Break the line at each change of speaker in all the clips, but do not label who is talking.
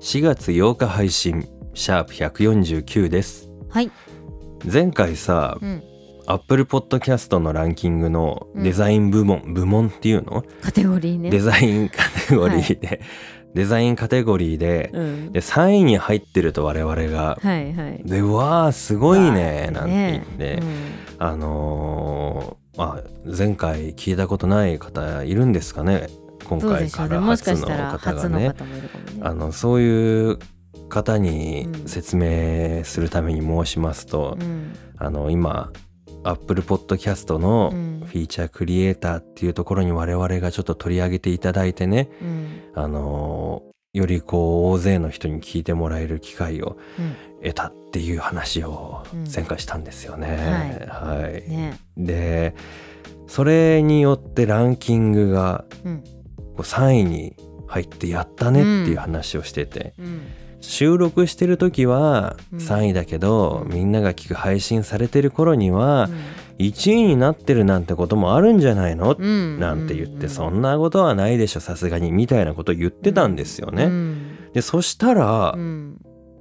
4月8日配信シャープ149です
はい。
前回さ
うん。
アップルポッドキャストのランキングのデザイン部門、部門っていうの
カテゴリーね。
デザインカテゴリーで、デザインカテゴリーで
うん。
で3位に入ってると我々が
はいはい。
でうわーすごいねなんて言って、
うん
あのーまあ、前回聞いたことない方いるんですかね今
どう
回
でしょ
か
うね。
ら
もし
初
か
の
したら
方
初
が
の
ね
方もいるかもね。
あのそういう方に
うん
説明するために申しますと、
うん
あの今 Apple Podcast の
うん
フィーチャークリエイターっていうところに我々がちょっと取り上げていただいてね、
うん
あのーよりこう大勢の人に聞いてもらえる機会を得たっていう話を前回したんですよね。はい、
うんね。
でそれによってランキングが
うん
こう3位に入ってやったねっていう話をしてて、
うん
収録してる時は
うん
3位だけど、
うん
みんなが聞く配信されてる頃に
う
は
ん
1位になってるなんてこともあるんじゃないの、
うん
なんて言って、そ
なん
なことはないでしょさすがにみたいなこと言ってたんですよね。
うん
でそしたら、
うん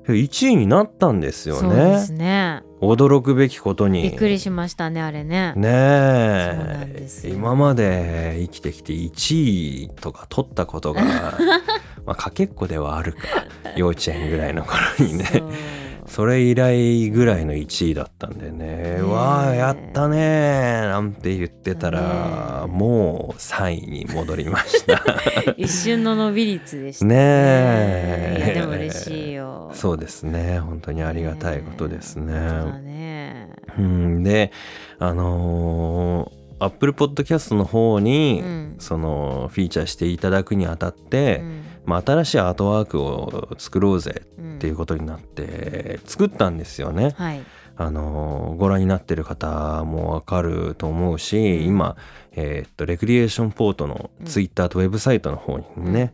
1位になったんですよ
そうです
ね
ね。
驚くべきことに
びっくりしましたねあれね。
ね
そうなんです
え
よ
今まで生きてきて1位とか取っ たことがまあかけっこではあるか幼稚園ぐらいの頃にね
そう
それ以来ぐらいの1位だったんでね
え
わあやったねーなんて言ってたら
ねえ
もう3位に戻りました
一瞬の伸び率でした
ねえ
いやでも嬉しいよ。
そうですね本当にありがたいことですね。
本当だね
うん、であのー、Apple Podcast の方に、
うん
そのフィーチャーしていただくにあたっ
う
て、
ん
まあ、新しいアートワークを作ろうぜ
うん
っていうことになって作ったんですよね。
はい。
あのーご覧になってる方もわかると思うし、
うん
今、えーっとレクリエーションポートの
うん
Twitter とウェブサイトの方にね、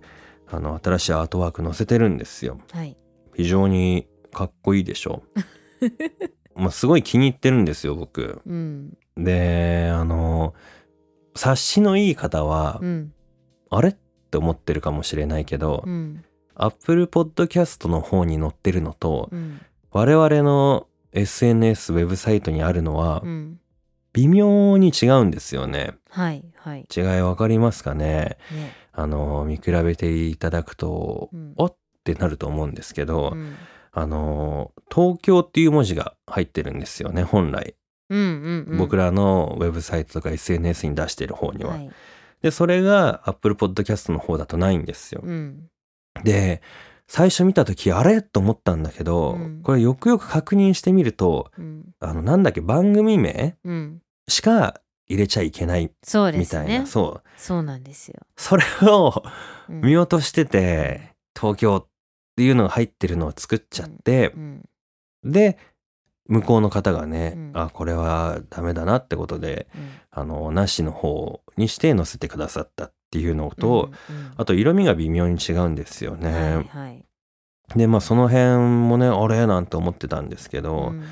あの新しいアートワーク載せてるんですよ。
はい。
非常にかっこいいで しょまあすごい気に入ってるんですよ僕。
うん。
であの察しのいい方は、
うん。
あれって思ってるかもしれないけど、
うん。
Apple Podcast の方に載ってるのと、
うん。
我々の SNS ウェブサイトにあるのは
うん。
微妙に違うんですよね。
はい。はい。
違いわかりますかね
ね。
あの見比べていただくと、
うん
おってなると思うんですけど、
うん。
あの東京っていう文字が入ってるんですよね本来、
うん。うん。
僕
ら
らのウェブサイトとか SNS に出してる方には、
い。
で、それが Apple Podcast の方だとないんですよ。
うん。
で、最初見た時あれと思ったんだけど、
うん
これよくよく確認してみると、
うん。
あの、なんだっけ、番組名
うん。
しか入れちゃいけない
そうで
みた
す
いな、
ね。
そう。
そうなんですよ。
それを
うん
見落としてて、東京っていうのが入ってるのを作っちゃって
う、ん。
で、向こうの方がね、
うん
あ、これはダメだなってことで、
うん
あの、なしの方にして載せてくださったっていうのと、、
うんうん
あと色味が微妙に違うんですよね。
はい。はい。
でまあその辺もねあれなんて思ってたんですけ
う
ど、
ん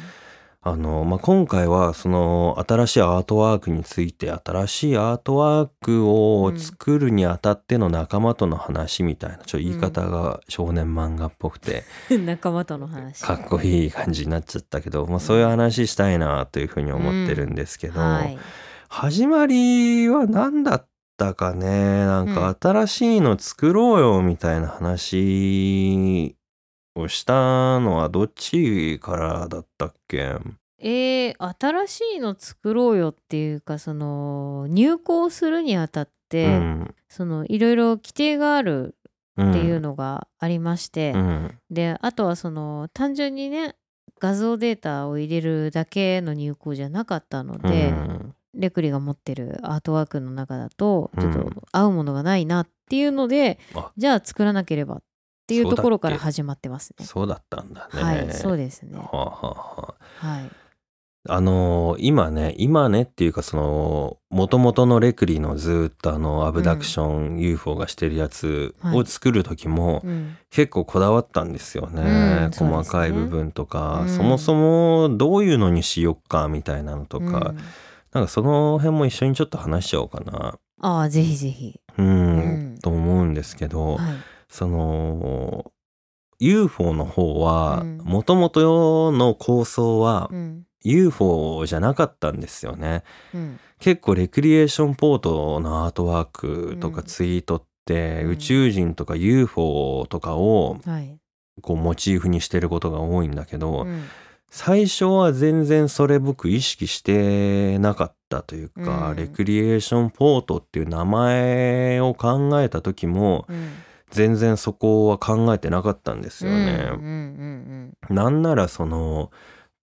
あのまあ、今回はその新しいアートワークについて新しいアートワークを作るにあたっての仲間との話みたいなちょっと言い方が少年漫画っぽくて
仲間との話。
かっこいい感じになっちゃったけど、まあ、そういう話したいなというふうに思ってるんですけど、
はい。
始まりは何だったかねなんか新しいの作ろうよみたいな話をしたのはどっちからだったっけ
えー、新しいの作ろうよっていうかその入校するにあたっ
う
て、
ん
そのいろいろ規定がある
うん
っていうのがありまして、
うん
であとはその単純にね画像データを入れるだけの入稿じゃなかったの
うん
で、レクリが持ってるアートワークの中だと
うん
ちょっと合うものがないなっていうので、
あ
じゃあ作らなければっっていう
そうだっけ
ところから始まってますね。
そうだったんだね。
はい、そうですね。
は
は
あはあはあ
い。
あのー今ね今ねっていうかその元々のレクリのずーっとあのアブダクション UFO がしてるやつ
はい
を作る時も
うん、
結構こだわったんですよね、
うんそうですね
細かい部分とか、
うん
そもそもどういうのにしよっかみたいなのとか、
うん
なんかその辺も一緒にちょっと話しちゃおうかな
ああ、ぜひぜひ。
うん、
うん
と思うんですけど、
はい。
その UFO の方は
うん
元々の構想は
うん
UFO じゃなかったんですよね。
うん
結構レクリエーションポートのアートワークと
う
か
ん
ツイートって、
うん
宇宙人とか UFO とかを
はい。
こうモチーフにしてることが多いんだけ
う
ど、
ん
最初は全然それ僕意識してなかったというか、
うん
レクリエーションポートっていう名前を考えた時も
うん
全然そこは考えてなかったんですよね。
うんうん
なんならその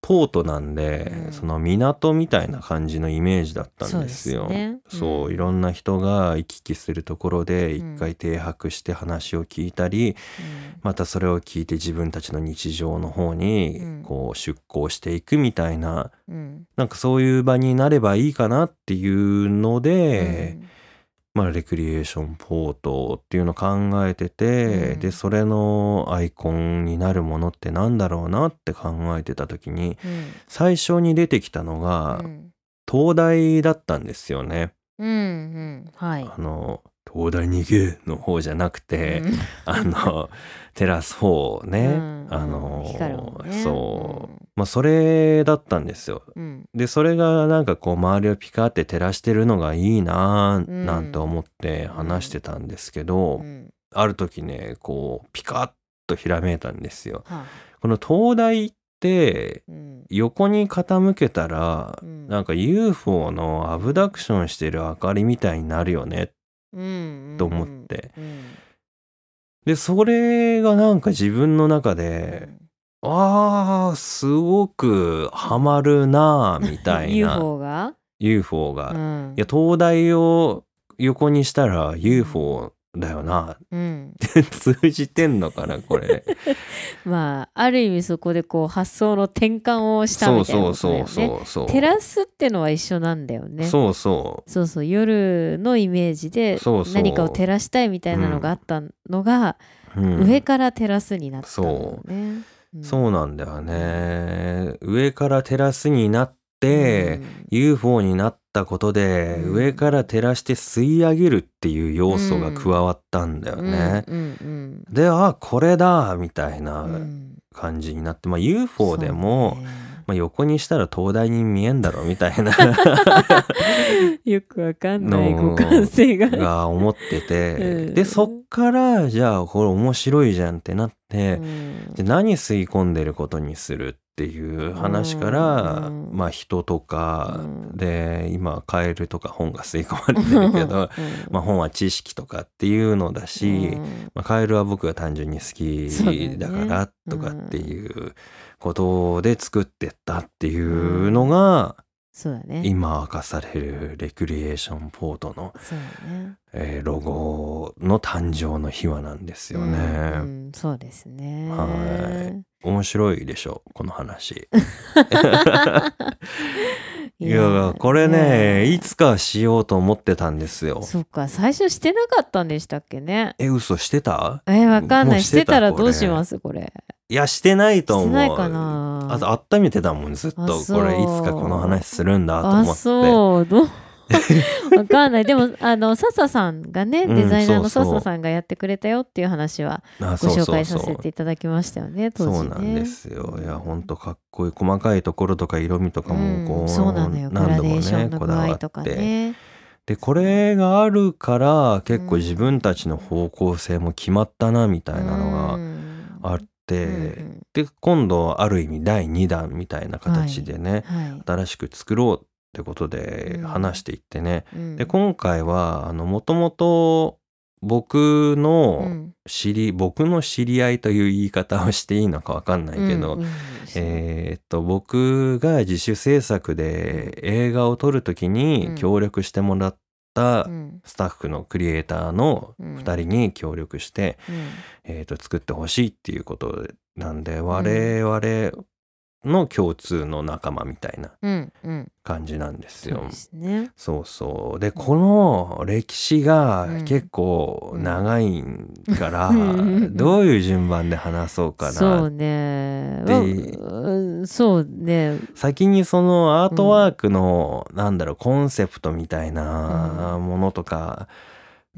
ポートなんで、
うん
その港みたいな感じのイメージだったんですよ。
そうですねうん
そういろんな人が行き来するところで
うん
一回停泊して話を聞いたり、またそれを聞いて自分たちの日常の方
う
に
ん
こう出航していくみたいな、
うんうん
なんかそういう場になればいいかなっていうの
う
で、
ん
まあ、レクリエーションポートっていうのを考えてて、
うん
でそれのアイコンになるものってなんだろうなって考えてた時に
うん
最初に出てきたのが
うん
東大だったんですよね。
うんうんはい
あの東大に行けの方じゃなくて、
うん
あのテラス4ね、
うん
あの
光るもんね
そう、まあそれだったんですよ。
うん
でそれがなんかこう周りをピカって照らしてるのがいいなあ
うん
なんて思って話してたんですけど、
うんうん
ある時ねこうピカッとひらめいたんですよ。
はあ
この灯台って
うん
横に傾けたら、
うん
なんか UFO のアブダクションしてる明かりみたいになるよね
うんうん
と思って
うん
でそれがなんか自分の中で、あーすごくハマるなあみたいな
UFO が
UFO が
うん
いや灯台を横にしたら UFO だよな
うん
通じてんのかなこ れ
まあある意味そこでこう発想の転換をした
そう
みたいな
そ
こ
う
とだ
そ
よ
う
ね
そうそう
照らすってのは一緒なんだよね
そうそ
そうそう夜のイメージで
そうそう
何かを照らしたいみたいなのがあったのが、
う、うん
上から照らすになったんだよね。うん
そうなんだよね上から照らすになって、UFO になったことで、
うん
上から照らして吸い上げるっていう要素が加わったんだよ
うん
ね、
うんうん
であこれだみた
うん
い
う
なん感じになって、まあ UFO でも、
そうね
まあ、横にしたら灯台に見えんだろみたい な
よくわかんない
の
互換性が。
が思ってて、
うん
でそっからじゃあこれ面白いじゃんってなって、
うん
で何吸い込んでることにするっていう話から、
うん
まあ人とか、
うん
で今カエルとか本が吸い込まれてるけ ど、
うん
まあ本は知識とかっていうのだし、
うん
まあ、カエルは僕が単純に好
そうだよね
きだからとかっていうことで作ってったっていうのが、
そうだね。
今明かされるレクリエーションポートの、
そうだね。
えーロゴの誕生の秘話なんですよ
うん
ね。
うんそうですね。
は面白いでしょこ の話。いやこれねいつかしようと思ってたんですよ。
そっか最初してなかったんでしたっけね。
え嘘してた
えわかんな
もう
い
し
して
た
てたら
これ
どうしますこれ
いやしてないと思う。
してないかな
あと温めてたもんずっと
あそう
これいつかこの話するんだと思って。
あそう どうわかんないでもあの笹さんがね、
うん
デザイナーの
そうそう
笹さんがやってくれたよっていう話は
あ
ご
そうそう
紹
そう
介させていただきましたよね当時ね
そうなんですよ。いやほんとかっこいい細かいところとか色味とかもこう、
うんそうなのよグ
何
ラ
度
デ
も
ーショ
ね
ンの
こ
具
だわ
合
って
とかね
でこれがあるから結構自分たちの方向性も決まったなみたいなのがあ
っ
って、
てうん
で今度ある意味第2弾みたいな形でね、
はい
新しく作ろうってことで
うん
話していってね、
うん
で今回はもともと僕
う
の
ん
知り、僕の知り合いという言い方をしていいのかわかんないけど、
うんうん
えーっと僕が自主制作で映画を撮る時に協力してもらっった
うん
スタッフのクリエイターの
うん
2人に協力して、
うん
えー、と作ってほしいっていうことなんで我々の共通の仲間みたいな
うんうん
感じなんです
そう
よ
で。すね
そうそうでこの歴史が
うん
結構長いから、
うん
どういう順番で話そうかな
そうね
で
わうんそうね
先にそのアートワークの、なんだろうコンセプトみたいなものとか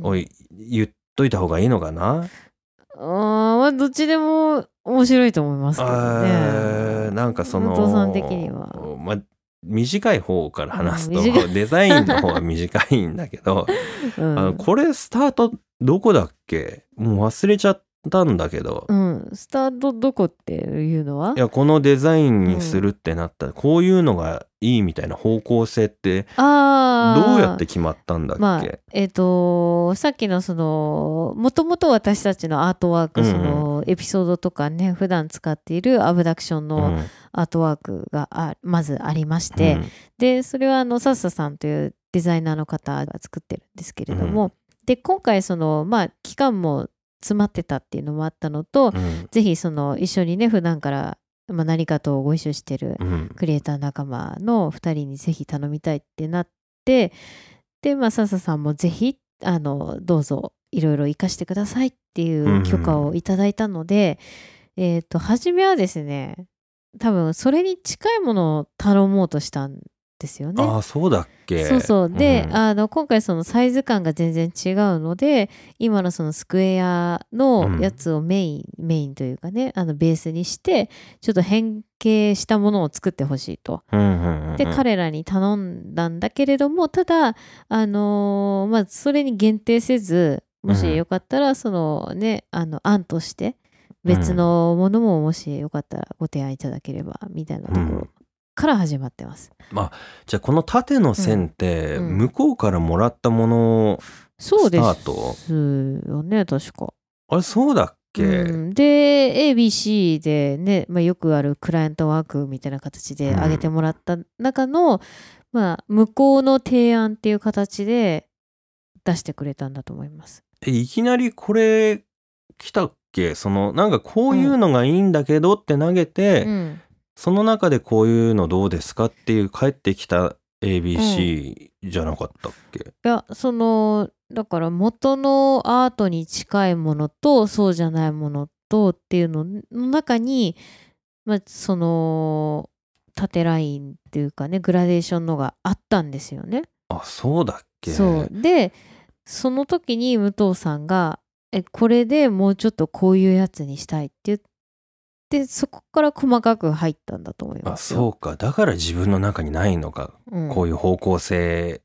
をい言っといた方がいいのかな、
あーまあどっちでも面白いと思いますけど
あー
ね
なんかその
武藤さん的には
まあ短い方から話すと、
うん短
デザインの方は短いんだけど、
うん
あのこれスタートどこだっけもう忘れちゃったんだけど、
うんスタートどこっていうのはい
やこのデザインにするってなったら、こういうのがいいみたいな方向性ってど
ああ
うやって決まったんだっけ、
まあえっ、とさっきのそのもともと私たちのアートワーク、
うんうん
そのエピソードとかね普段使っているアブダクション
う
の
ん
アートワークがあまずありまして、でそれはあのサッサさんというデザイナーの方が作ってるんですけれども、で今回そのまあ期間も詰まってたっていうのもあったのと、
うんうん
ぜひその一緒にね普段から、まあ、何かとご一緒してる
うん
クリエイター仲間の2人にぜひ頼みたいってなってでまあ笹さんもぜひあのどうぞいろいろ活かしてくださいっていう許可をいただいたので、えっ、と初めはですね多分それに近いものを頼もうとしたんですよね。
ああそうだっけ
そうそうで、
ん
あの今回そのサイズ感が全然違うので今のそのスクエアのやつをメイン、メインというかねあのベースにしてちょっと変形したものを作ってほしいと。
うんうんうん
で彼らに頼んだんだけれどもただあのーまあそれに限定せずも
うん
しよかったらそのねあの案として別のものももしよかったらご提案いただければみたいなとこ
う
ろ
ん
から始まってます。
じゃあこの縦の線って
うんうん
向こうからもらったものを
そうで
スター
すよね確か。
あれそうだっけ、
うん、で ABC でね、まあ、よくあるクライアントワークみたいな形で上げてもらった中の、まあ、向こうの提案っていう形で出してくれたんだと思います。
えいきなりこれ来たっけそのなんかこういうのがいいんだけどって投げて、
うん
その中でこういうのどうですかっていう返ってきた ABC じゃなかったっけ、
いやそのだから元のアートに近いものとそうじゃないものとっていうのの中に、まあ、その縦ラインっていうかねグラデーションのがあったんですよね。
あそうだっけ
そうでその時に武藤さんが「えこれでもうちょっとこういうやつにしたい」って言ってそこから細かく入ったんだと思いま
あ
すよ。
そうかだから自分の中にないのか、
うん
こういう方向性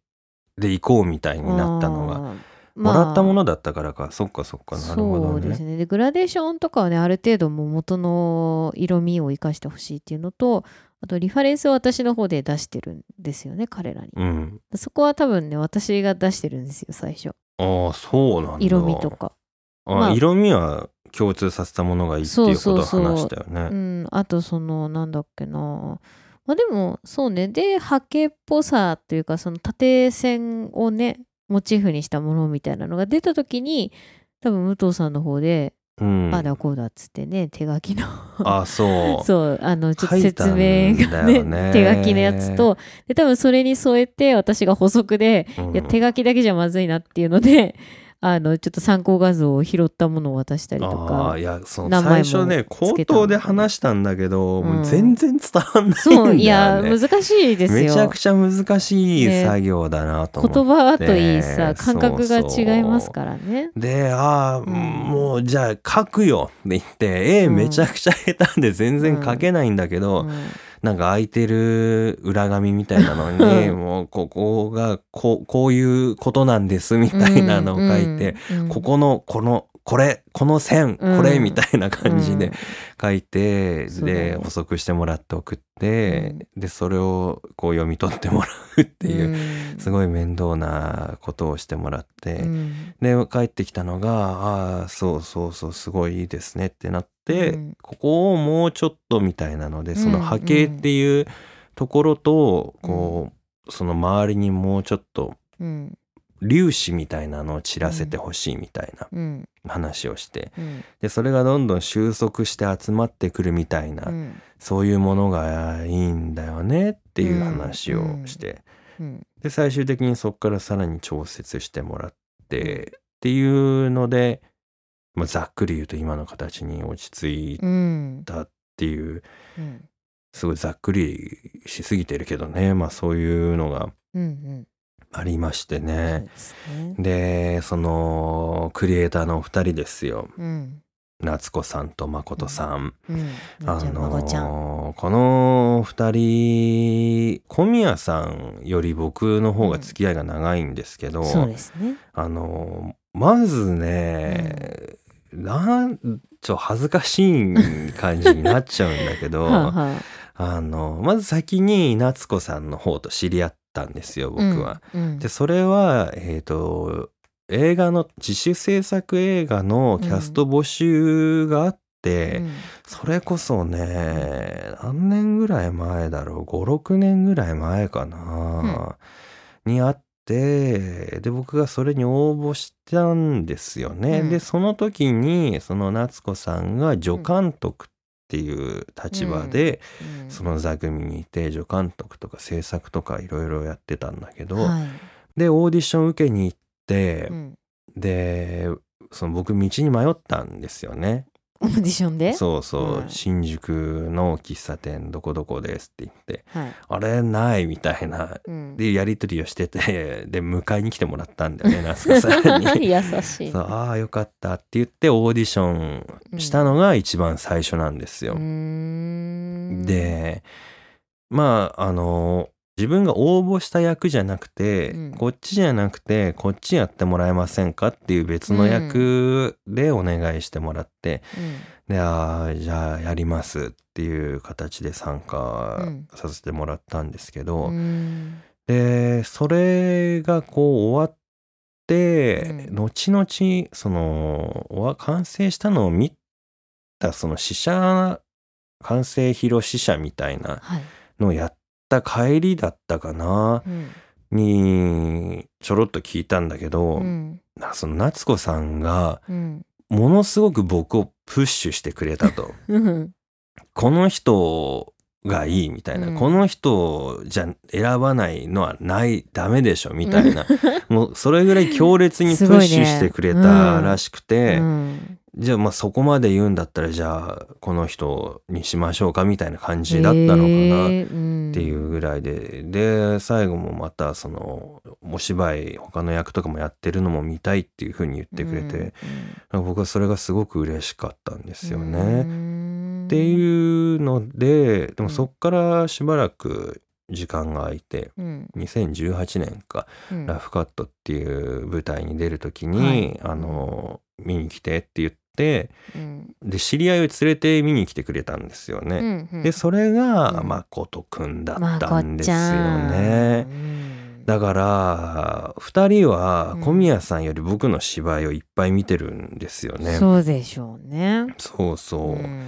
で行こうみたいになったのが、
あー
もらったも
ま
のだったからかそっかそっか
あ
なるほ
そ
ど
うです
ね。
ねでグラデーションとかはねある程度もう元の色味を生かしてほしいっていうのとあとリファレンスを私の方で出してるんですよね彼らに、
うん、
そこは多分ね私が出してるんですよ最初
ああそうなんだ
色味とか
あ、
まあ
色味は共通させたものがいいっていうことを
そうそうそう
話したよね
うん、あとそのなんだっけなまあでもそうねで波形っぽさというかその縦線をねモチーフにしたものみたいなのが出た時に多分武藤さんの方で
うん
「ああだこうだ」っつってね手書きの
あそう
そうあのちょっと
書いた
説
んだよ
明
ね
がね手書きのやつとで多分それに添えて私が補足で
うん
いや手書きだけじゃまずいなっていうのであのちょっと参考画像を拾ったものを渡したりと
あ
か
あいやその
名前
最
も
初ね口
つけた
頭で話したんだけど、
うん
もう全然伝わんないんだよ
そ
ね
ういや難しいですよ
めちゃくちゃ難しい
ね
作業だなと思って、
言葉といいさ
で
感覚が違いますからね。
でああ、
ん
もうじゃあ書くよって言って絵
うん
めちゃくちゃ下手で全然書けないんだけど、
うん
なんか空いてる裏紙みたいなのに、
うん
もうここがこうこういうことなんですみたいなのを書いて、、
うん
ここのこのこれこの線これ
うん
みたいな感じで、書いて、
そうだ
で
よ
補足してもらって送って、でそれをこう読み取ってもらうっていう、す
ご
ごい面倒なことをしてもらって。
うん
で帰ってきたのが「ああそうそうそうすごいいいですね」ってなって、
うん
ここをもうちょっとみたいなのでその
うん
波形っていうところと、
うん
こうその周りにもうちょっと
うん
粒子みたいなのを散らせてほしいみたいな
うん
話をして
うん
でそれがどんどん収束して集まってくるみたいな、
うん
そういうものがいいんだよねっていう話をして、
うん
で最終的にそこからさらに調節してもらってっていうので、まあ、ざっくり言うと今の形に落ち着い
うん
たっていう
うん
すごいざっくりしすぎてるけどねまあそういうのが
うん
ありまして
そう
ね。
ですね
でそのクリエイターのお二人ですよ
うん
夏子さんと誠さん。
うん
あ
じゃあま
の
ごちゃん
ーこのお二人小宮さんより僕の方が付き合いが長いんですけど、
そうですね
あのーまずね、なんちょっと恥ずかしい感じになっちゃうんだけ ど
はあはあ
あのまず先に夏子さんの方と知り合ったんですよ僕は。
うん
でそれはえっ、と映画の自主制作映画のキャスト募集があって、
うん
それこそね何年ぐらい前だろう56年ぐらい前かな、にあってで僕がそれに応募したんですよね。
うん
でその時にその夏子さんが助監督っていう立場で、
うん
その座組にいて助監督とか制作とかいろいろやってたんだけど、
はい
でオーディション受けに行って
う、ん
でその僕道に迷ったんですよね。
オーディションで
そうそう、
うん
新宿の喫茶店どこどこですって言って
はい
あれないみたいな
うん
でやり取りをしててで迎えに来てもらった んだよね夏子さんに。
優しい
そうああよかったって言ってオーディションしたのが一番最初なんですよ。
うーん
でまああの自分が応募した役じゃなくて、
うん
こっちじゃなくてこっちやってもらえませんかっていう別の役でお願いしてもらって、であーじゃあやりますっていう形で参
う
加
ん
させてもらったんですけ
う
ど、
ん
でそれがこう終わって、
うん
後々そのわ完成したのを見たその試写完成披露試写みたいな
はい
のをやった帰りだったかな
うん
にちょろっと聞いたんだけど、
うん
なんかその夏子さんが
うん
ものすごく僕をプッシュしてくれたと。
うん
この人がいいみたいな、
うん
この人じゃ選ばないのはないダメでしょみたいな、もうそれぐらい強烈にプ
すごい
ッ
ね
シュしてくれたらしくて、
うん
じゃあまあそこまで言うんだったらじゃあこの人にしましょうかみたいな感じだったのかな
え
っ
ー
ていうぐらいで、で最後もまたそのお芝居他の役とかもやってるのも見たいっていうふうに言ってくれて、僕はそれがすごく嬉しかったんですよね。
ね
って
う
いうのでで
うん
もそっからしばらく時間が空いて
んうん
2018年か
う
「
ん
ラフカット」っていう舞台に出る時に、
はい
あの見に来てって言って
うん
で知り合いを連れて見に来てくれたんですよ
う
ね。
んうん
でそれが
うん
誠くんだ
ま
っ
あ
た
こ
ん
っ
で
ち
すよ
ゃん
ね。
うん
だから2人は
うん
小宮さんより僕の芝居をいっぱい見てるんですよね。
そうでしょうね
そうそう。
うん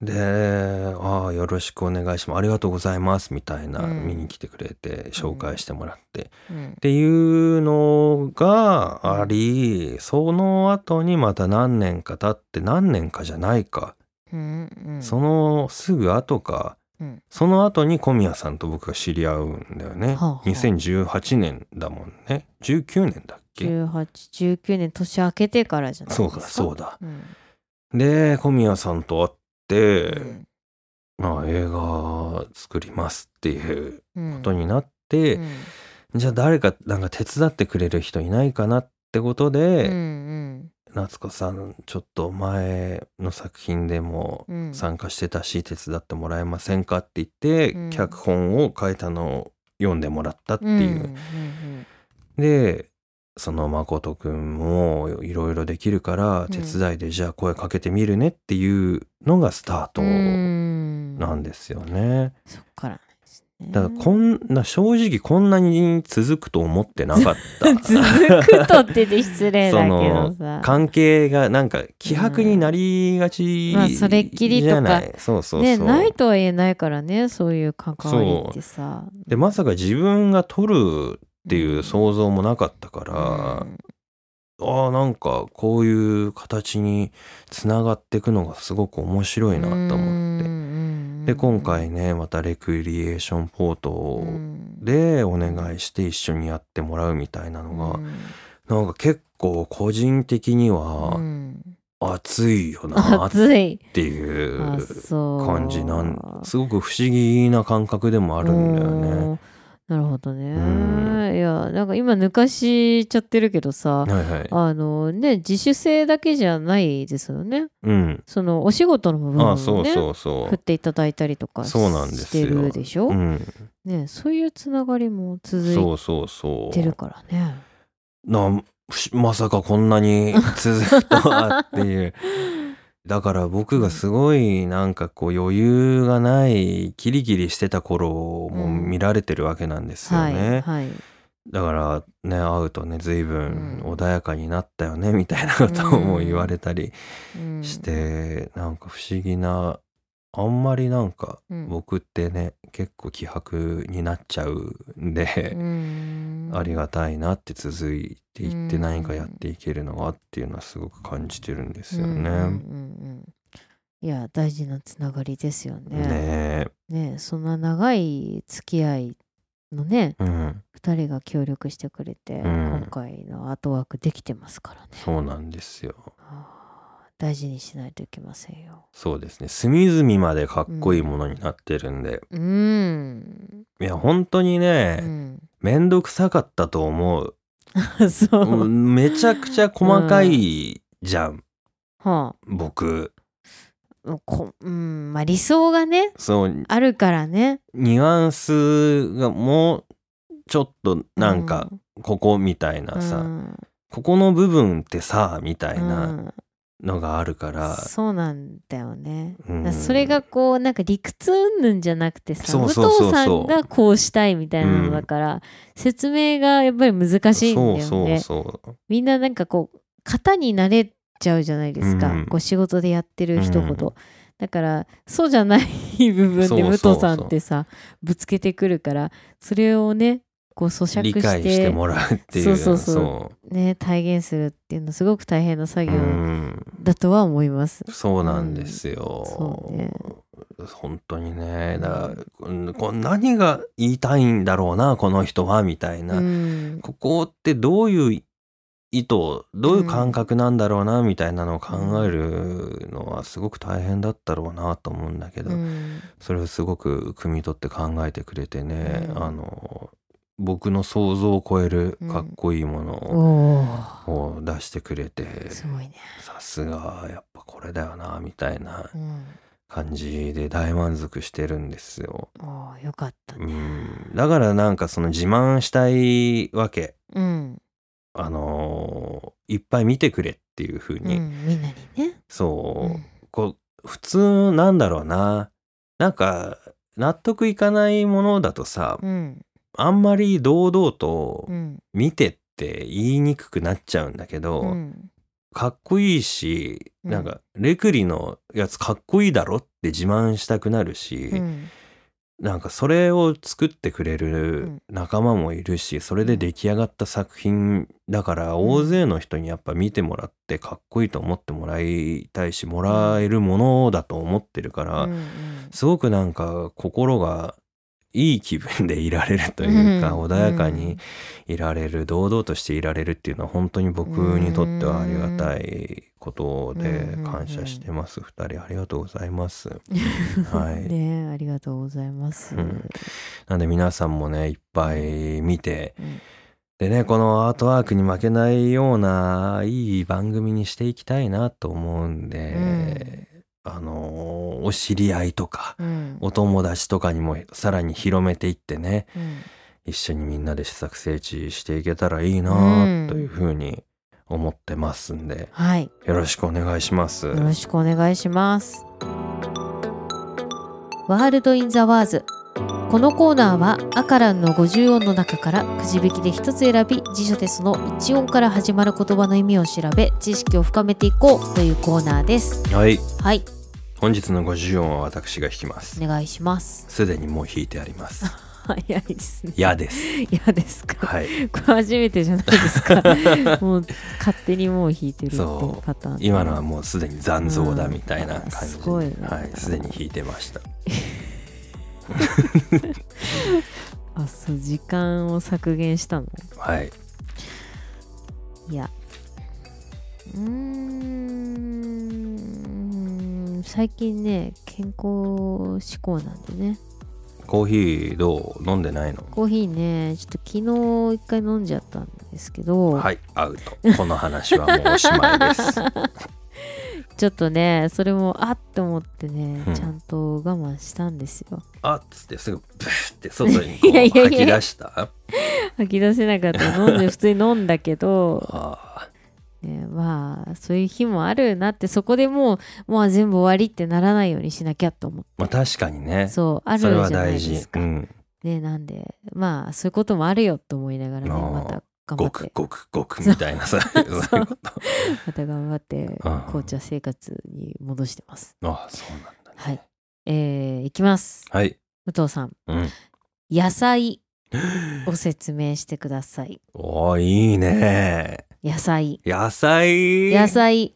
で「ああよろしくお願いしますありがとうございます」みたいな、
うん
見に来てくれて紹介してもらって、っ
うん
ていうのがありその後にまた何年か経って何年かじゃないか、
うんうん
そのすぐ後か
うん
その後に小宮さんと僕が知り合うんだよ
は
ね、
あはあ
2018年だもんね19年だっけ
18、19年年明けてからじゃないです
そう
か。
かそう
だ。
だ
うん。
で小宮さんと会って、
うん
まあ、映画作りますっていう
うん
ことになって、
うん
じゃあ誰かなんか手伝ってくれる人いないかなってこと
うん
で、夏子さんちょっと前の作品でも
うんうん
参加してたし手伝ってもらえませんかって言って、
うん
脚本を書いたのを読んでもらったってい
うん
う。
うん
でその誠くんもいろいろできるから
うん
手伝いでじゃあ声かけてみるねっていうのがスタート
うん
なんですよね。
そっからなんですね。
だからこんな正直こんなに続くと思ってなかった。
続くとってで失礼だけ どさ。
関係がなんか希薄になりがちじゃ
ま
な
あ
い、
それっきりとか
そうそうそう、
ね、ないとは言えないからねそういう関わりってさ。
でまさか自分が撮るていう想像もなかったから、ああなんかこういう形につながっていくのがすごく面白いなと思って
思
で今回ねまたレクリエーションポート
で
でお願いして一緒にやってもらうみたいなのがなんか結構個人的には熱いよなっ
暑い
ていう感
感
じなんすごく不思議な感覚でもあるんだよね。
ね。なるほどね。
う
いやなんか今抜かしちゃってるけどさ、
はいはい。
あのね自主性だけじゃないですよね。
うん。
そのお仕事の部分
あ
も
あそう
ね
そうそ
振っていただいたりとか
そうなんですよ
してるでしょ。
う。うん。
ねそういうつながりも続い
そうそうそう。
てるからね。
なふしまさかこんなに続くとはっていう だから僕がすごいなんかこう余裕がないキリキリしてた頃も
うん
見られてるわけなんですよ
は
ね、
いはい。
だからね会うとね随分
うん
穏やかになったよねみたいなことをもう言われたり
うん
して、なんか不思議なあんまりなんか
うん
僕ってね結構気迫になっちゃうんで、
うん
ありがたいなって続いていって
うん
何かやっていけるのはっていうのはすごく感じてるんですよ
うんうんうん
ね。
うんいや大事なつながりですよね。
ね
ねそんな長い付き合いのね
え、うん、
2人が協力してくれて、今回のアートワークできてますからね
そうなんですよ。
あー大事にしないといけませんよ
そうですね隅々までかっこいいものになってるんで、
うーん、
いや本当にね、
う
めんどくさかったと思う、
ん、 そう、
うんめちゃくちゃ細かいじゃん、
は
僕
あこうんまあ理想がね
そう
あるからね
ニュアンスがもうちょっとなんかここみたいなさ、
うん
ここの部分ってさみたいな
うん
のがあるから、
そうなんだよね、
うん
だからそれがこうなんか理屈云々じゃなくてさ
そうそうそ
武藤
うそう
さんがこうしたいみたいなのだから、説明がやっぱり難しいんだよね
そうそうそ
みんななんかこう型になれちゃうじゃないですか、
うん
こう仕事でやってる一言、
うん
だからそうじゃない部分
そう
で
そう
武
そう
藤さんってさぶつけてくるからそれをねこう咀
う理
嚼し
解
て
してもらうっていう
そうそうそう
そう
ね、体現するっていうのすごく大変な作
う
業
ん
だとは思います。
そうなんですよ、
うん
本当にねだからここ何が言いたいんだろうなこの人はみたいな、
うん
ここってどういう意図どういう感覚なんだろうなみたいなのを考えるのはすごく大変だったろうなと思うんだけど、
うん
それをすごく汲み取って考えてくれてね、
うん
あの僕の想像を超えるかっこいいもの
おー
を出してくれて
すごいね。
さすがやっぱこれだよなみたいな
うん、
感じで大満足してるんですよ。
おーよかった
う
ね。
ん、だからなんかその自慢したいわけ
うん、
あのいっぱい見てくれっていう風
う
に、
ん、みんなにね。
そう、
うん
こう普通なんだろうななんか納得いかないものだとさ、
うん、
あんまり堂々と
うん、
見てって言いにくくなっちゃうんだけど、
うん、
かっこいいし、
うん
なんかレクリのやつかっこいいだろって自慢したくなるし、
うん、
なんかそれを作ってくれる仲間もいるし、それで出来上がった作品だから
ん
大勢の人にやっぱ見てもらってかっこいいと思ってもらいたいしもらえるものだと思ってるから、
うん
すごくなんか心がいい気分でいられるというか、
うん
穏やかにいられる堂々としていられるっていうのは本当に僕にとってはありがたいことで
うん
感謝してます、二人ありがとうございます。
うん
はい
ねえありがとうございます。
うんなんで皆さんもねいっぱい見て、
うん
でねこのアートワークに負けないようないい番組にしていきたいなと思うんで、あのお知り合いとか
うん、
お友達とかにもさらに広めていってね
うん
一緒にみんなで試作整地していけたらいいな
うん
というふうに思ってますんで、
はい、
よろしくお願いします。
よろしくお願いします。ワールドインザワーズ。このコーナーはアカランの50音の中からくじ引きで一つ選び辞書でその1音から始まる言葉の意味を調べ知識を深めていこうというコーナーです
はい
はい
本日の50音は私が弾きます。
お願いします
すでにもう弾いてあります。
早いですね。
嫌です。
嫌ですか、
はい。
これ初めてじゃないです かもう勝手にもう引いてるっていうパターン
今のはもうすでに残像だみたいな感
う
じ
ん
で、
すごいね
はい、すでに弾いてました。
あそう時間を削減したの
はい。
いやうーん最近ね健康志向なんでね
コーヒーどう飲んでないの
コーヒーねちょっと昨日一回飲んじゃったんですけど、
はい、アウト。この話はもうおしまい です。
ちょっとねそれもあっと思ってね、
うん
ちゃんと我慢したんですよ
あっつってすぐブーって外にこう
いやいやいや
吐き出した。
吐き出せなかった飲ん で普通に飲んだけど、
あ
ね、まあそういう日もあるなってそこでもうもう全部終わりってならないようにしなきゃと思っ
まあ確かに
て
ね。そ
そうあるじ
れは
ゃないで
大事
す。
う
か、
ん。
ねなんでまあそういうこともあるよと思いながらね
あー
また頑張
ご
っ
く
て
ごくごくみたいなさ。そういうこ
ま
と
た頑張って
あー
紅茶生活に戻してます
ああ、そうなんだね。
はい。えー、いきます
はい。
武藤さん
うん。
野 菜を説明してください
おーいいね。
野菜
野菜。
野菜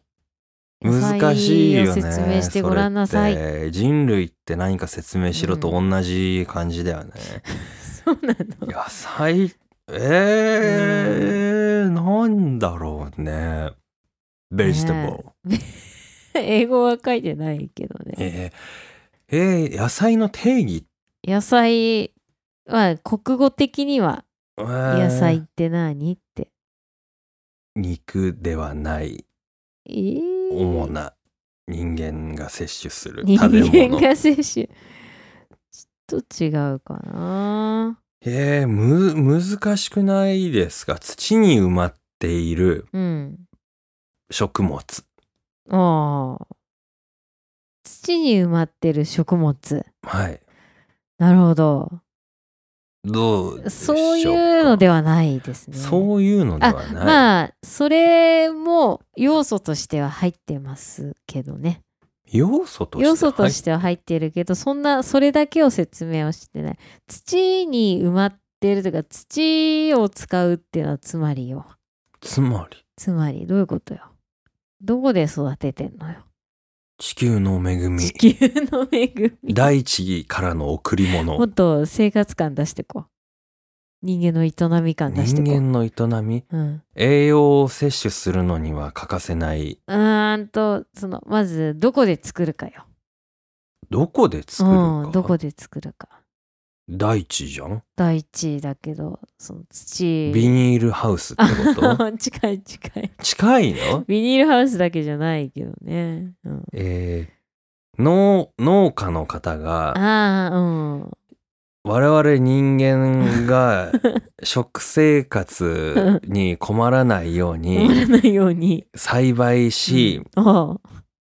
難しいよね。
野菜を説明してごらんなさい
それって人類って何か説明しろと同じ感じだよね。
そうなの
野菜えー、なんだろうね。ベジタブル。
英語は書いてないけどね
えー、えー野菜の定義、
野菜は国語的には
えー
野菜って何って
肉ではない
えー
主な人間が摂取する
人
食べ
間
物。
が摂取ちょっと違うかな
えー、む難しくないですか土に埋まっている
うん
食物。
ああ土に埋まってる食物
はい。
なるほど
どうでしょうか
そういうのではないですね
そういうのではない。
まあそれも要素としては入ってますけどね
要素として。
要素としては入ってるけど、そんなそれだけを説明をしてない土に埋まってるとか土を使うっていうのはつまりよ
はいつまり、
つまりどういうことよどこで育ててんのよ
地球の恵み
地。球の恵み
大地からの贈り物
もっ。と生活感出してこう人間の営み感出して
人
こう
間の営み
うん、
栄養を摂取するのには欠かせないう
ーんとそのまずどこで作るかよ
どこで作るか、
うん、どこで作るか
大地じゃん
大地だけどその土
ビニールハウスって こと
近い近い
近いの
ビニールハウスだけじゃないけどね、うん、
えー農農家の方が
ああうん
我々人間 が食生活に困らないよう
困
に
らないように
栽培し
ああ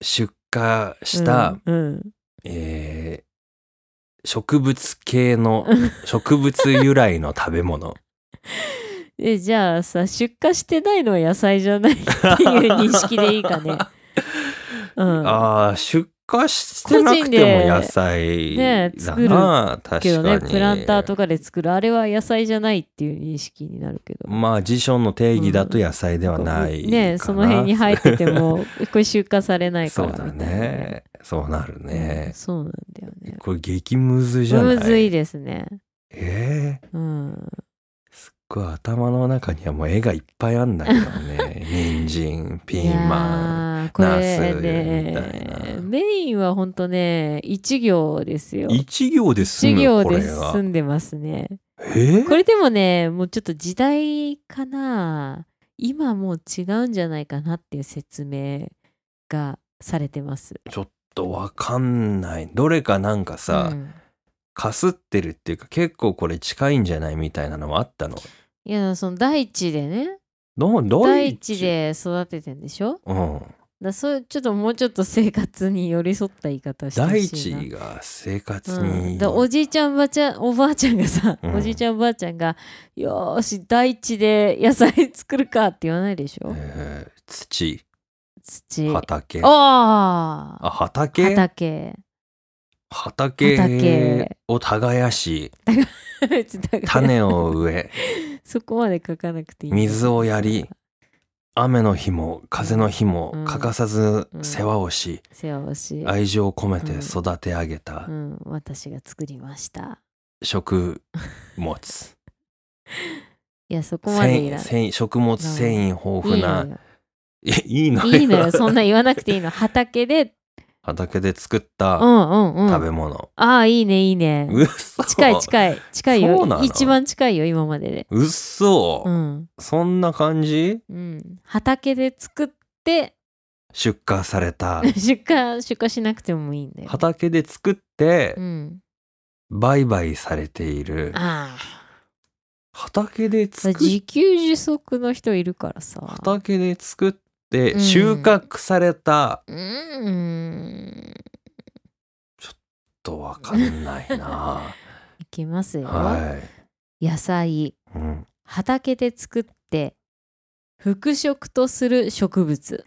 出荷した、
うんうん
えー植物系の 植物由来の食べ物
えじゃあさ出荷してないのは野菜じゃないっていう認識でいいかね。 うん、
あー出荷してなくても野菜
ね
だ
作る
な、確
けど
か
ね
に
プランターとかで作るあれは野菜じゃないっていう認識になるけど。
まあ辞書の定義だと野菜ではないかな
ねその辺に生えてて もこれ出荷されないか
そう
ら
だ
みたいな
ねそうなる
う
ね
ん、そうなんだよね。
これ激ムズじゃない
むずいですね。
えー
うん。
これ頭の中にはもう絵がいっぱいあんだけど ね人参ピー
い
マン
やーこれ
ナスみたい
ね
な
メインはほんとね一行ですよ。
一行で済
一
む
行
こ
で
れが
済んでますね。
え
これでもねもうちょっと時代かな今もう違うんじゃないかなっていう説明がされてます。
ちょっとわかんないどれかなんかさ、
うん
かすってるっていうか結構これ近いんじゃないみたいなのはあったの
いやその大地でね
どど
大地で育ててんでしょ
うん
だそうちょっともうちょっと生活に寄り添った言い方してほ
大
しいな
地が生活
う
に、
ん、だおじいちゃんおばあちゃんおばあちゃんがさ、
うん
おじいちゃんおばあちゃんが「よーし大地で野菜作るか」って言わないでしょ、
えー土
土
畑
ああ
あ畑
畑
畑を耕し
別にだから
種を 植え
そこまで書かなくていいんだよ
水をやり雨の日も風の日も
うん
欠かさず
うん
世話をし、
世話をし、
愛情を込めて育て上げた
うん、私が作りました
食物、
いや そこまでい
繊維
らない
繊維食物繊維豊富ないいやいい
い
の
のよいいのよそんな言わなくていいの畑で
畑で作っ
う
た
んうんうん
食べ物、
ああいいねいいね
うっそ
近い近い近い
そうな
よ
の
一番近いよ今までで
うっそ、
うん
そんな感じ
うん畑で作って
出荷された
出荷出荷しなくてもいいんだよ
畑で作って
うん
売買されている
ああ
畑で
それ
作っ
自給自足の人いるからさ
畑で作っ
うん
て収穫された
うーん
とわかんないな
いきますよ、
は
野菜
い、うん、
畑で作って復食とする植物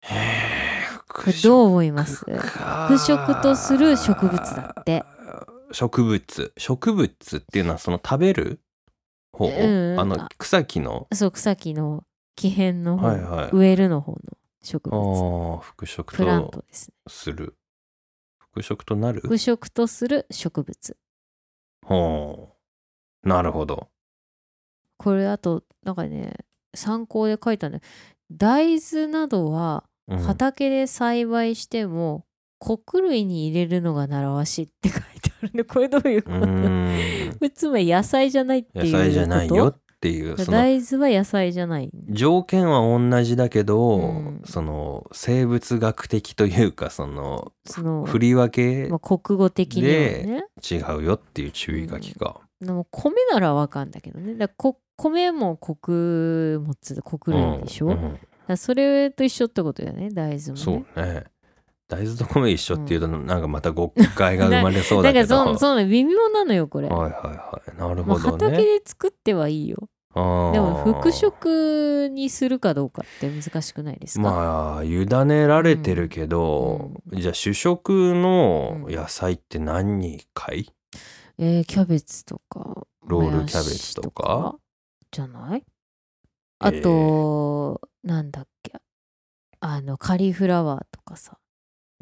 へー
こ
復
れどう思います
か
復食とする植物だって
植物植物っていうのはその食べる方、
うん
あの草木の
そう草木の木片の方、
はいはい
植えるの方の植
あ
物
ー復食
プラン
と
トですね
する復食となる
復食とする植物
ほうなるほど
これあとなんかね参考で書いたね大豆などは
うん
畑で栽培しても、穀類に入れるのが習わしいって書いてあるね これどういうこ
う
と、
ーん
つまり野菜じゃないっていう
野
こと
菜じゃないよっていうその
大豆は野菜じゃない
条件は同じだけど、
うん
その生物学的というかその
その、
振り分け
まあ、国語的にはね
違うよっていう注意書きか、
でも米ならわかんだけどねだからこ米も穀物穀類でしょ、
うん
だか
うん
らそれと一緒ってことだよね大豆もね
そうね大豆と米一緒っていうとなんかまた誤解が生まれそうだ
だか
け
ら
ど
そんそん な微妙なのよこれ、
はいはいはいなる
ま
ほ
あ、
ど
畑
ね、
で作ってはいいよ
あー
でも復職にするかどうかって難しくないですか、
まあ委ねられてるけど、じゃあ主食の野菜って何回、
えーキャベツとか
ロール
もやし
キャベツとか
じゃない
え
あ
ー
と、なんだっけあのカリフラワーとかさ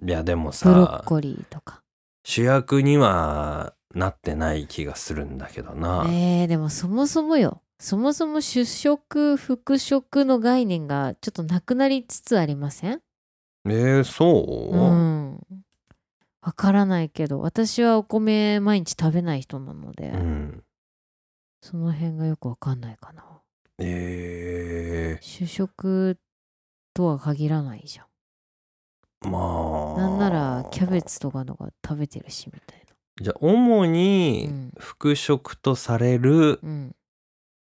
いやでも
ブロッ
さ
コリーとか
主役にはなってない気がするんだけどな、
えーでもそもそもよそもそも主食復食の概念がちょっとなくなりつつありません
えーそう、
うんわからないけど私はお米毎日食べない人なので、
うん
その辺がよくわかんないかな
え
主食とは限らないじゃん
ーまあ
なんならキャベツとかのが食べてるしみたい
じゃあ主
う
に
ん
復食とされる
なうん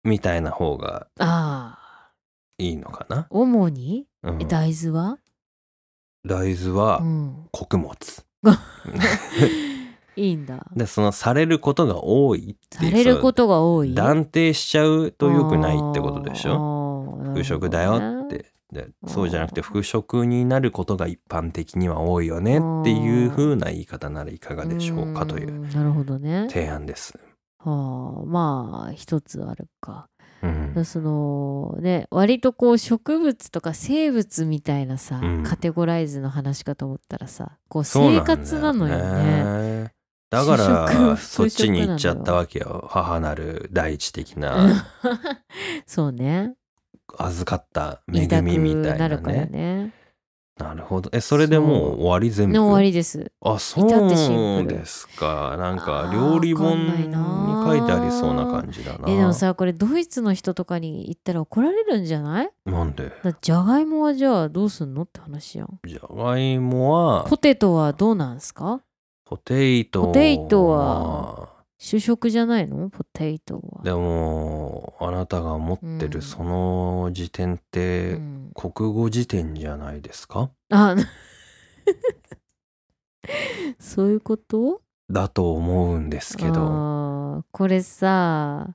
みたいな方が
ああ
いいのかな、
主に
うん
え大豆は、
大豆
う
は
ん、
穀物、
いいんだ
でそのされることが多いって
さ
いう
れることが多い
断定しちゃうと良くないってことでしょ
ょ
復職だよってでそうじゃなくて復職になることが一般的には多いよねっていう風な言い方ならいかがでしょうかという
なるほどね
提案です。
はあまあ一つあるか
うん
そのね割とこう植物とか生物みたいなさ、
うん
カテゴライズの話かと思ったらさこう
そう
生
んだよね
活なのよね。
だか
主食
らそっち
主食
に
なのよ
行っちゃったわけよ母なる大地的な
そうね
預かった
言
恵
いたく
みみたい
な
な
るから
ね
ね。
なるほどえそれでも
そう
う終わり全部
の終わりです。
あ
至ってシンプル
そうですかなんか
あー
料理
わか
本
んない
に
な
書いてありそうな感じだな
えでもさこれドイツの人とかに言ったら怒られるんじゃない
なんで
だじゃがいもはじゃあどうすんのって話やん。
じゃがいもは
ポテトはどうなんすか
ポテイト
ポテイトは主食じゃないのポテイトは。
でもあなたが持って
うん
るその辞典っ
う
て
ん、
国語辞典じゃないですか
あ そういうこと
だと思うんですけど
あーこれさ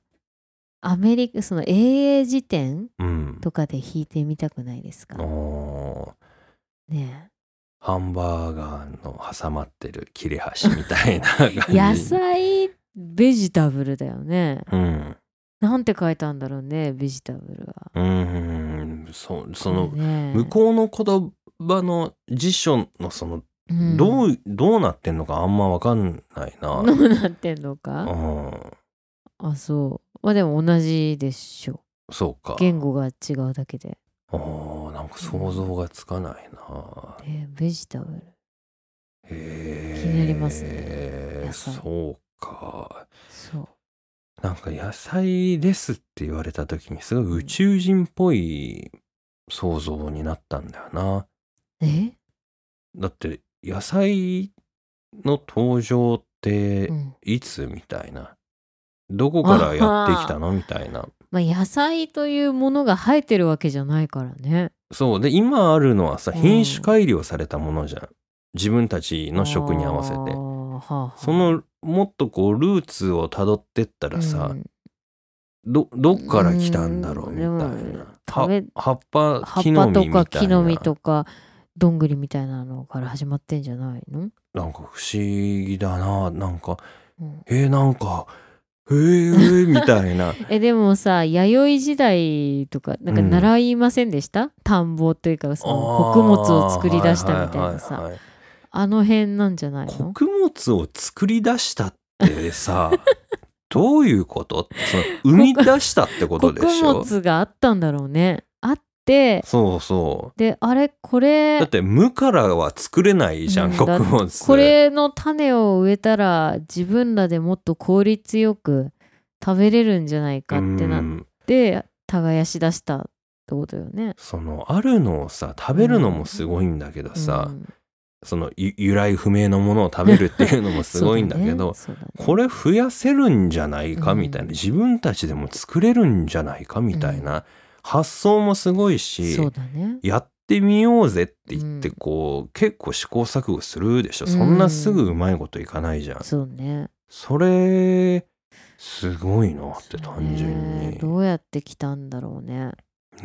アメリカその英英辞典
うん
とかで弾いてみたくないですか
おー
ね
ハンバーガーの挟まってる切れ端みたいな 感じ
野菜ベジタブルだよね
うん
なんて書いたんだろうねベジタブルは
うんそその向
向
こうの言葉の辞書のその
う
ど
ん
うどうなってんのかあんまわかんない な。
どうなってんの
う
か
ん、
あそうまあでも同じでしょ
そうか。
言語が違うだけで、
あーなんか想像がつかないな。
ね、ベジタブル
へー
気になります野菜
そうか。
そう
なんか野菜ですって言われた時にすごい宇宙人っぽい想像になったんだよな。
え、
だって野菜の登場って
うん、
いつみたいな。どこからやってきたのみたいな。
まあ野菜というものが生えてるわけじゃないからね
そうで今あるのはさ
うん
品種改良されたものじゃん、自分たちの食に合わせ
あ
て
ーはあはあ
そのもっとこうルーツをたどってったらさ、
うん
どどっから来たんだろう
うん
みたい
で
な、
も
は
食べ
葉っぱ
葉っ
木の
ぱ
実
と
み
か
た
木
いな
の実とかどんぐりみたいなのから始まってんじゃないの、
なんか不思議だななんか
うん
えー、なんかえー、みたいな
えでもさ弥生時代とかなんか
うん
習いませんでした、田んぼという かその穀物を作り出したみたいな
あーは
さ
いはいはいはい
あの辺なんじゃないの
穀物を作り出したってさ どういうことその生み出したってことで
穀
しょ
物があったんだろうねあって
そうそ
であれこ
う。
れ
だって無からは作れないじゃん、
うん
穀物。
これの種を植えたら自分らでもっと効率よく食べれるんじゃないかってな
う
っ
ん
て耕し出したってことよね。
そのあるのをさ食べるのもすごいんだけどさ、
うん
そのゆ由来不明のものを食べるっていうのもすごいんだけど
そうだね
これ増やせるんじゃないか
うん
みたいな、自分たちでも作れるんじゃないかみたいな、発想もすごいし、
そうだね
やってみようぜって言って
うん
こう、結構試行錯誤するでしょそんなすぐうまいこといかないじゃん、
そうね
それすごいなって
そうね
単純にね
どうやって来たんだろうね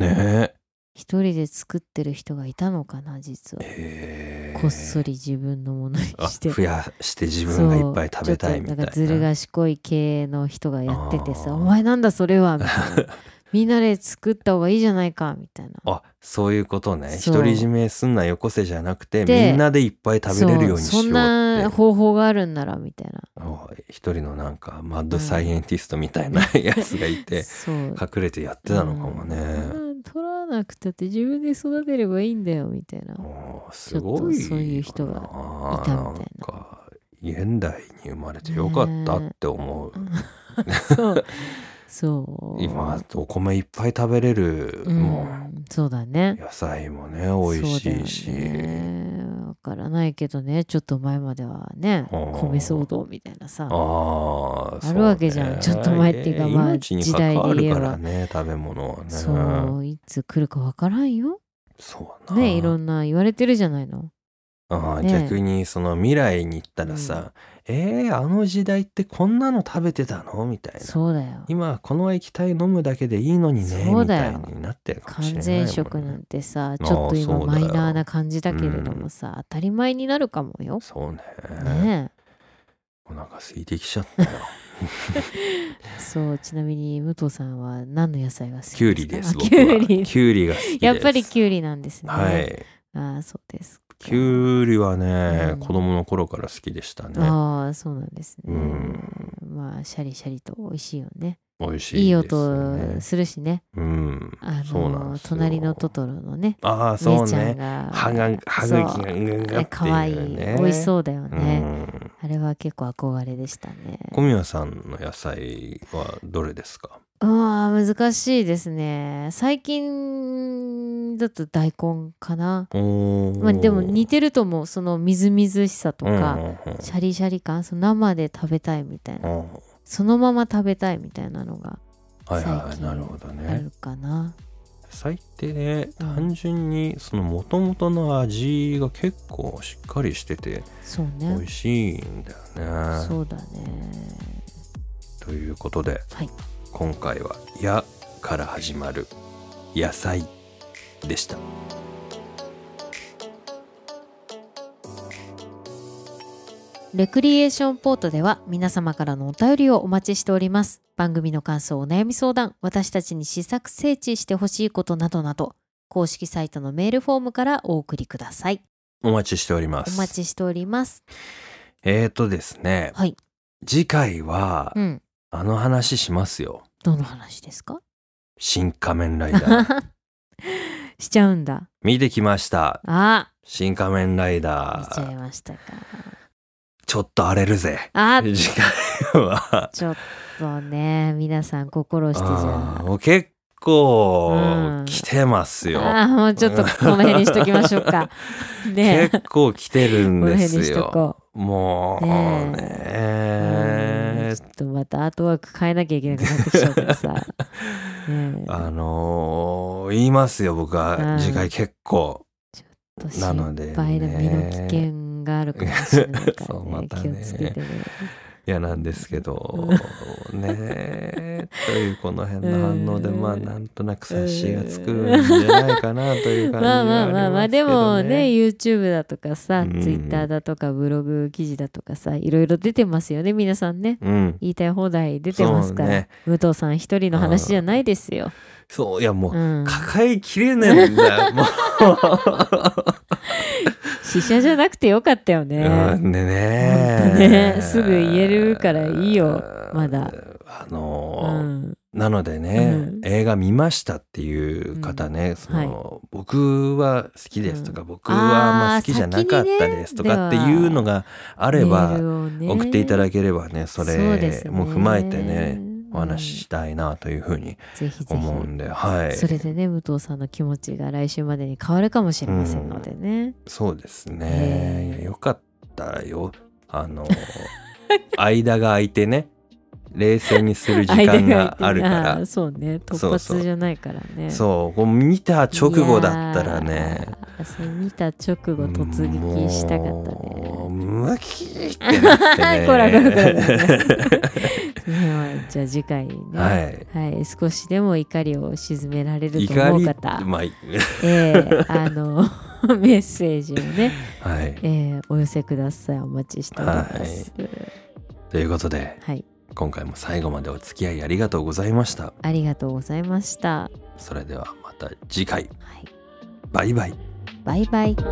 え
一人で作ってる人がいたのかな実は
へえ
こっそり自分のものに
あ
して
増やして自分がいっぱい食べたいみたい
そうちょっとん
な
かずる賢い系の人がやってて
あー
さ「お前なんだそれは」みたいな「みんなで作った方がいいじゃないか」みたいな。
あそういうことね
そう
独り占めすんなよこせじゃなくて
で
みんなでいっぱい 食べれるようにしよ
そう
うって
そんな方法があるんならみたいな。
おい一人のなんかマッドサイエンティストみた いなやつがいて
そう
隠れてやってたのかもね、
うん取らなくたって自分で育てればいいんだよみたい な。
おーすごい
ちょっとそういう人がいたみたいな
なんか現代に生まれてよかったって思う、
ねそう。そう。
今お米いっぱい食べれる、
うん
も
そうだ
う
ね。
野菜もね美味しいし、
そうだよねわからないけどね、ちょっと前まではね、
うん
米騒動みたいなさ。
ああ
あるわけじゃんちょっと前っていうかまあ
命に関わ
時代で
る
言え
か
ば
らね食べ物はね
そう、いつ来るかわからんよ。
そうな
ね、いろんな言われてるじゃないの。
ああ
ね
逆にその未来に行ったらさ、えー、あの時代ってこんなの食べてたのみたいな
そうだよ。
今この液体飲むだけでいいのにね
そう
み
だ
た
よ
いになってるかもしれ
完
ないもんね
全食なんてさ、
あ
ちょっと今
そうだ
マ
よ
イナーな感じだけれどもさ、当たり前になるかもよ。
そうね
ね
お腹空いてきち ゃったよ
えそうちなみに武藤さんは何の野菜が好きですか
きゅう
あきゅ
りです僕
う
は
り
きゅうりが好きです
やっぱりきゅうりなんですね
はい
ああそうですか
きゅうりはね、
うん
子供の頃から好きでしたね
ああそうなんですね、
うん
まあシャリシャリと美味しいよね
美味しい
いい
ですよね
音するしね
うん
あ
そうなん
の
ですよ
隣のトトロのね
ああそ
め
う
ちゃん
ね
が
歯が歯茎がぐんぐんって
かわい
いう
い
ね
美味しそうだよ
う
ね、
ん
あれは結構憧れでしたね
小宮さんの野菜はどれですか
うわー難しいですね最近だと大根かな
おー
まあでも似てると思うそのみずみずしさとか、
うんうんうん
シャリシャリ感その生で食べたいみたいな
うん
そのまま食べたいみたいなのが
はいは
最
い
近
なるほど
あ
ね
るかな、
最低ね
うん
単純にその元々の味が結構しっかりしてて
そう
美
ね
味しいんだよね
そうだね
ということで、
はい
今回は「や」から始まる「野菜」でした。
レクリエーションポートでは皆様からのお便りをお待ちしております。番組の感想、お悩み相談、私たちに試作整地してほしいことなどなど、公式サイトのメールフォームからお送りください。
お待ちしておりま
お
す。
待ちしております。
えーとですね、
はい。
次回は、
うん。
あの話しますよ。
どの話ですか
新仮面ライダ ー。
しちゃうんだ。
見てきました。
あ
新仮面ライ
あ、見
ダ
ちゃい
ー。
ましたか。
ちょっと荒れるぜ。
あー
次回は。
ちょっとね、皆さん心してじゃ
あー結構
うん
来てますよ。
あ。あーもうちょっとこの辺にしときましょう か。ねえ
結構来てるん
この
で
辺
す
にしと
よ。
こう。
もう
ね
ね
うんちょっとまたアートワーク変えなきゃいけなくなってきちゃうからさ。ねえ
あのー言いますよ僕
う
は
ん
次回結構
ちょっと
なのでね
心配だ身の危険があるかもしれないか
そ
ら
うま
ね
た
気
ね
をつけてね。
嫌なんですけどねというこの辺
う
の
ん
反応でまあなんとなく察しがつくんじゃないかなという感じ
まあまあまあま
があ
あ
りますけ
で
ど
もね
ね。
YouTube だとかさ、
うん
Twitter だとかブログ記事だとかさいろいろ出てますよね皆さんね
うん、
言いたい放題出てますから、
そうね
武藤さん一人の話じゃないですよ。
そういやもう、
うん、
抱えきれねえん だよ。も
死者じゃなくてよかったよ
う
ね。
うんで
ほんと
ね
ねすぐ言えるからいいよまだ。
あ
う
のー
ん
なのでね、
うん
映画見ましたっていう方ね、その僕は好きですとか、僕はあんま好きじゃなかったですとかっていうのがあれば、送っていた
き
だければねそ
そうで
れ
すね
も踏まえてねお話ししたいなというふうに
ぜひぜひ
思うんではい
それでね武藤さんの気持ちが来週までに変わるかもしれませんのでね、
そうです
へえ
ねいやよかったよあの 間が空いてね冷静にする時間があ るか
あ
ら
ーそうね突
そうそう
発じゃないからね
そうこう見た直後だったら
い
ね
やーそれ見た直後突撃したかった
もう
ね
ムキーってなって ね
こらこらこらねまあじゃあ次回ね、
はい
はい少しでも怒りを鎮められると
怒
思う
り
方、
まあい
えーあの メッセージをね、
はい
えーお寄せくださいお待ちしております
ということで
はい、
今回も最後までお付き合いありがとうございました
ありがとうございました
それではまた次回
はい、
バイバイ
バイバイ。
「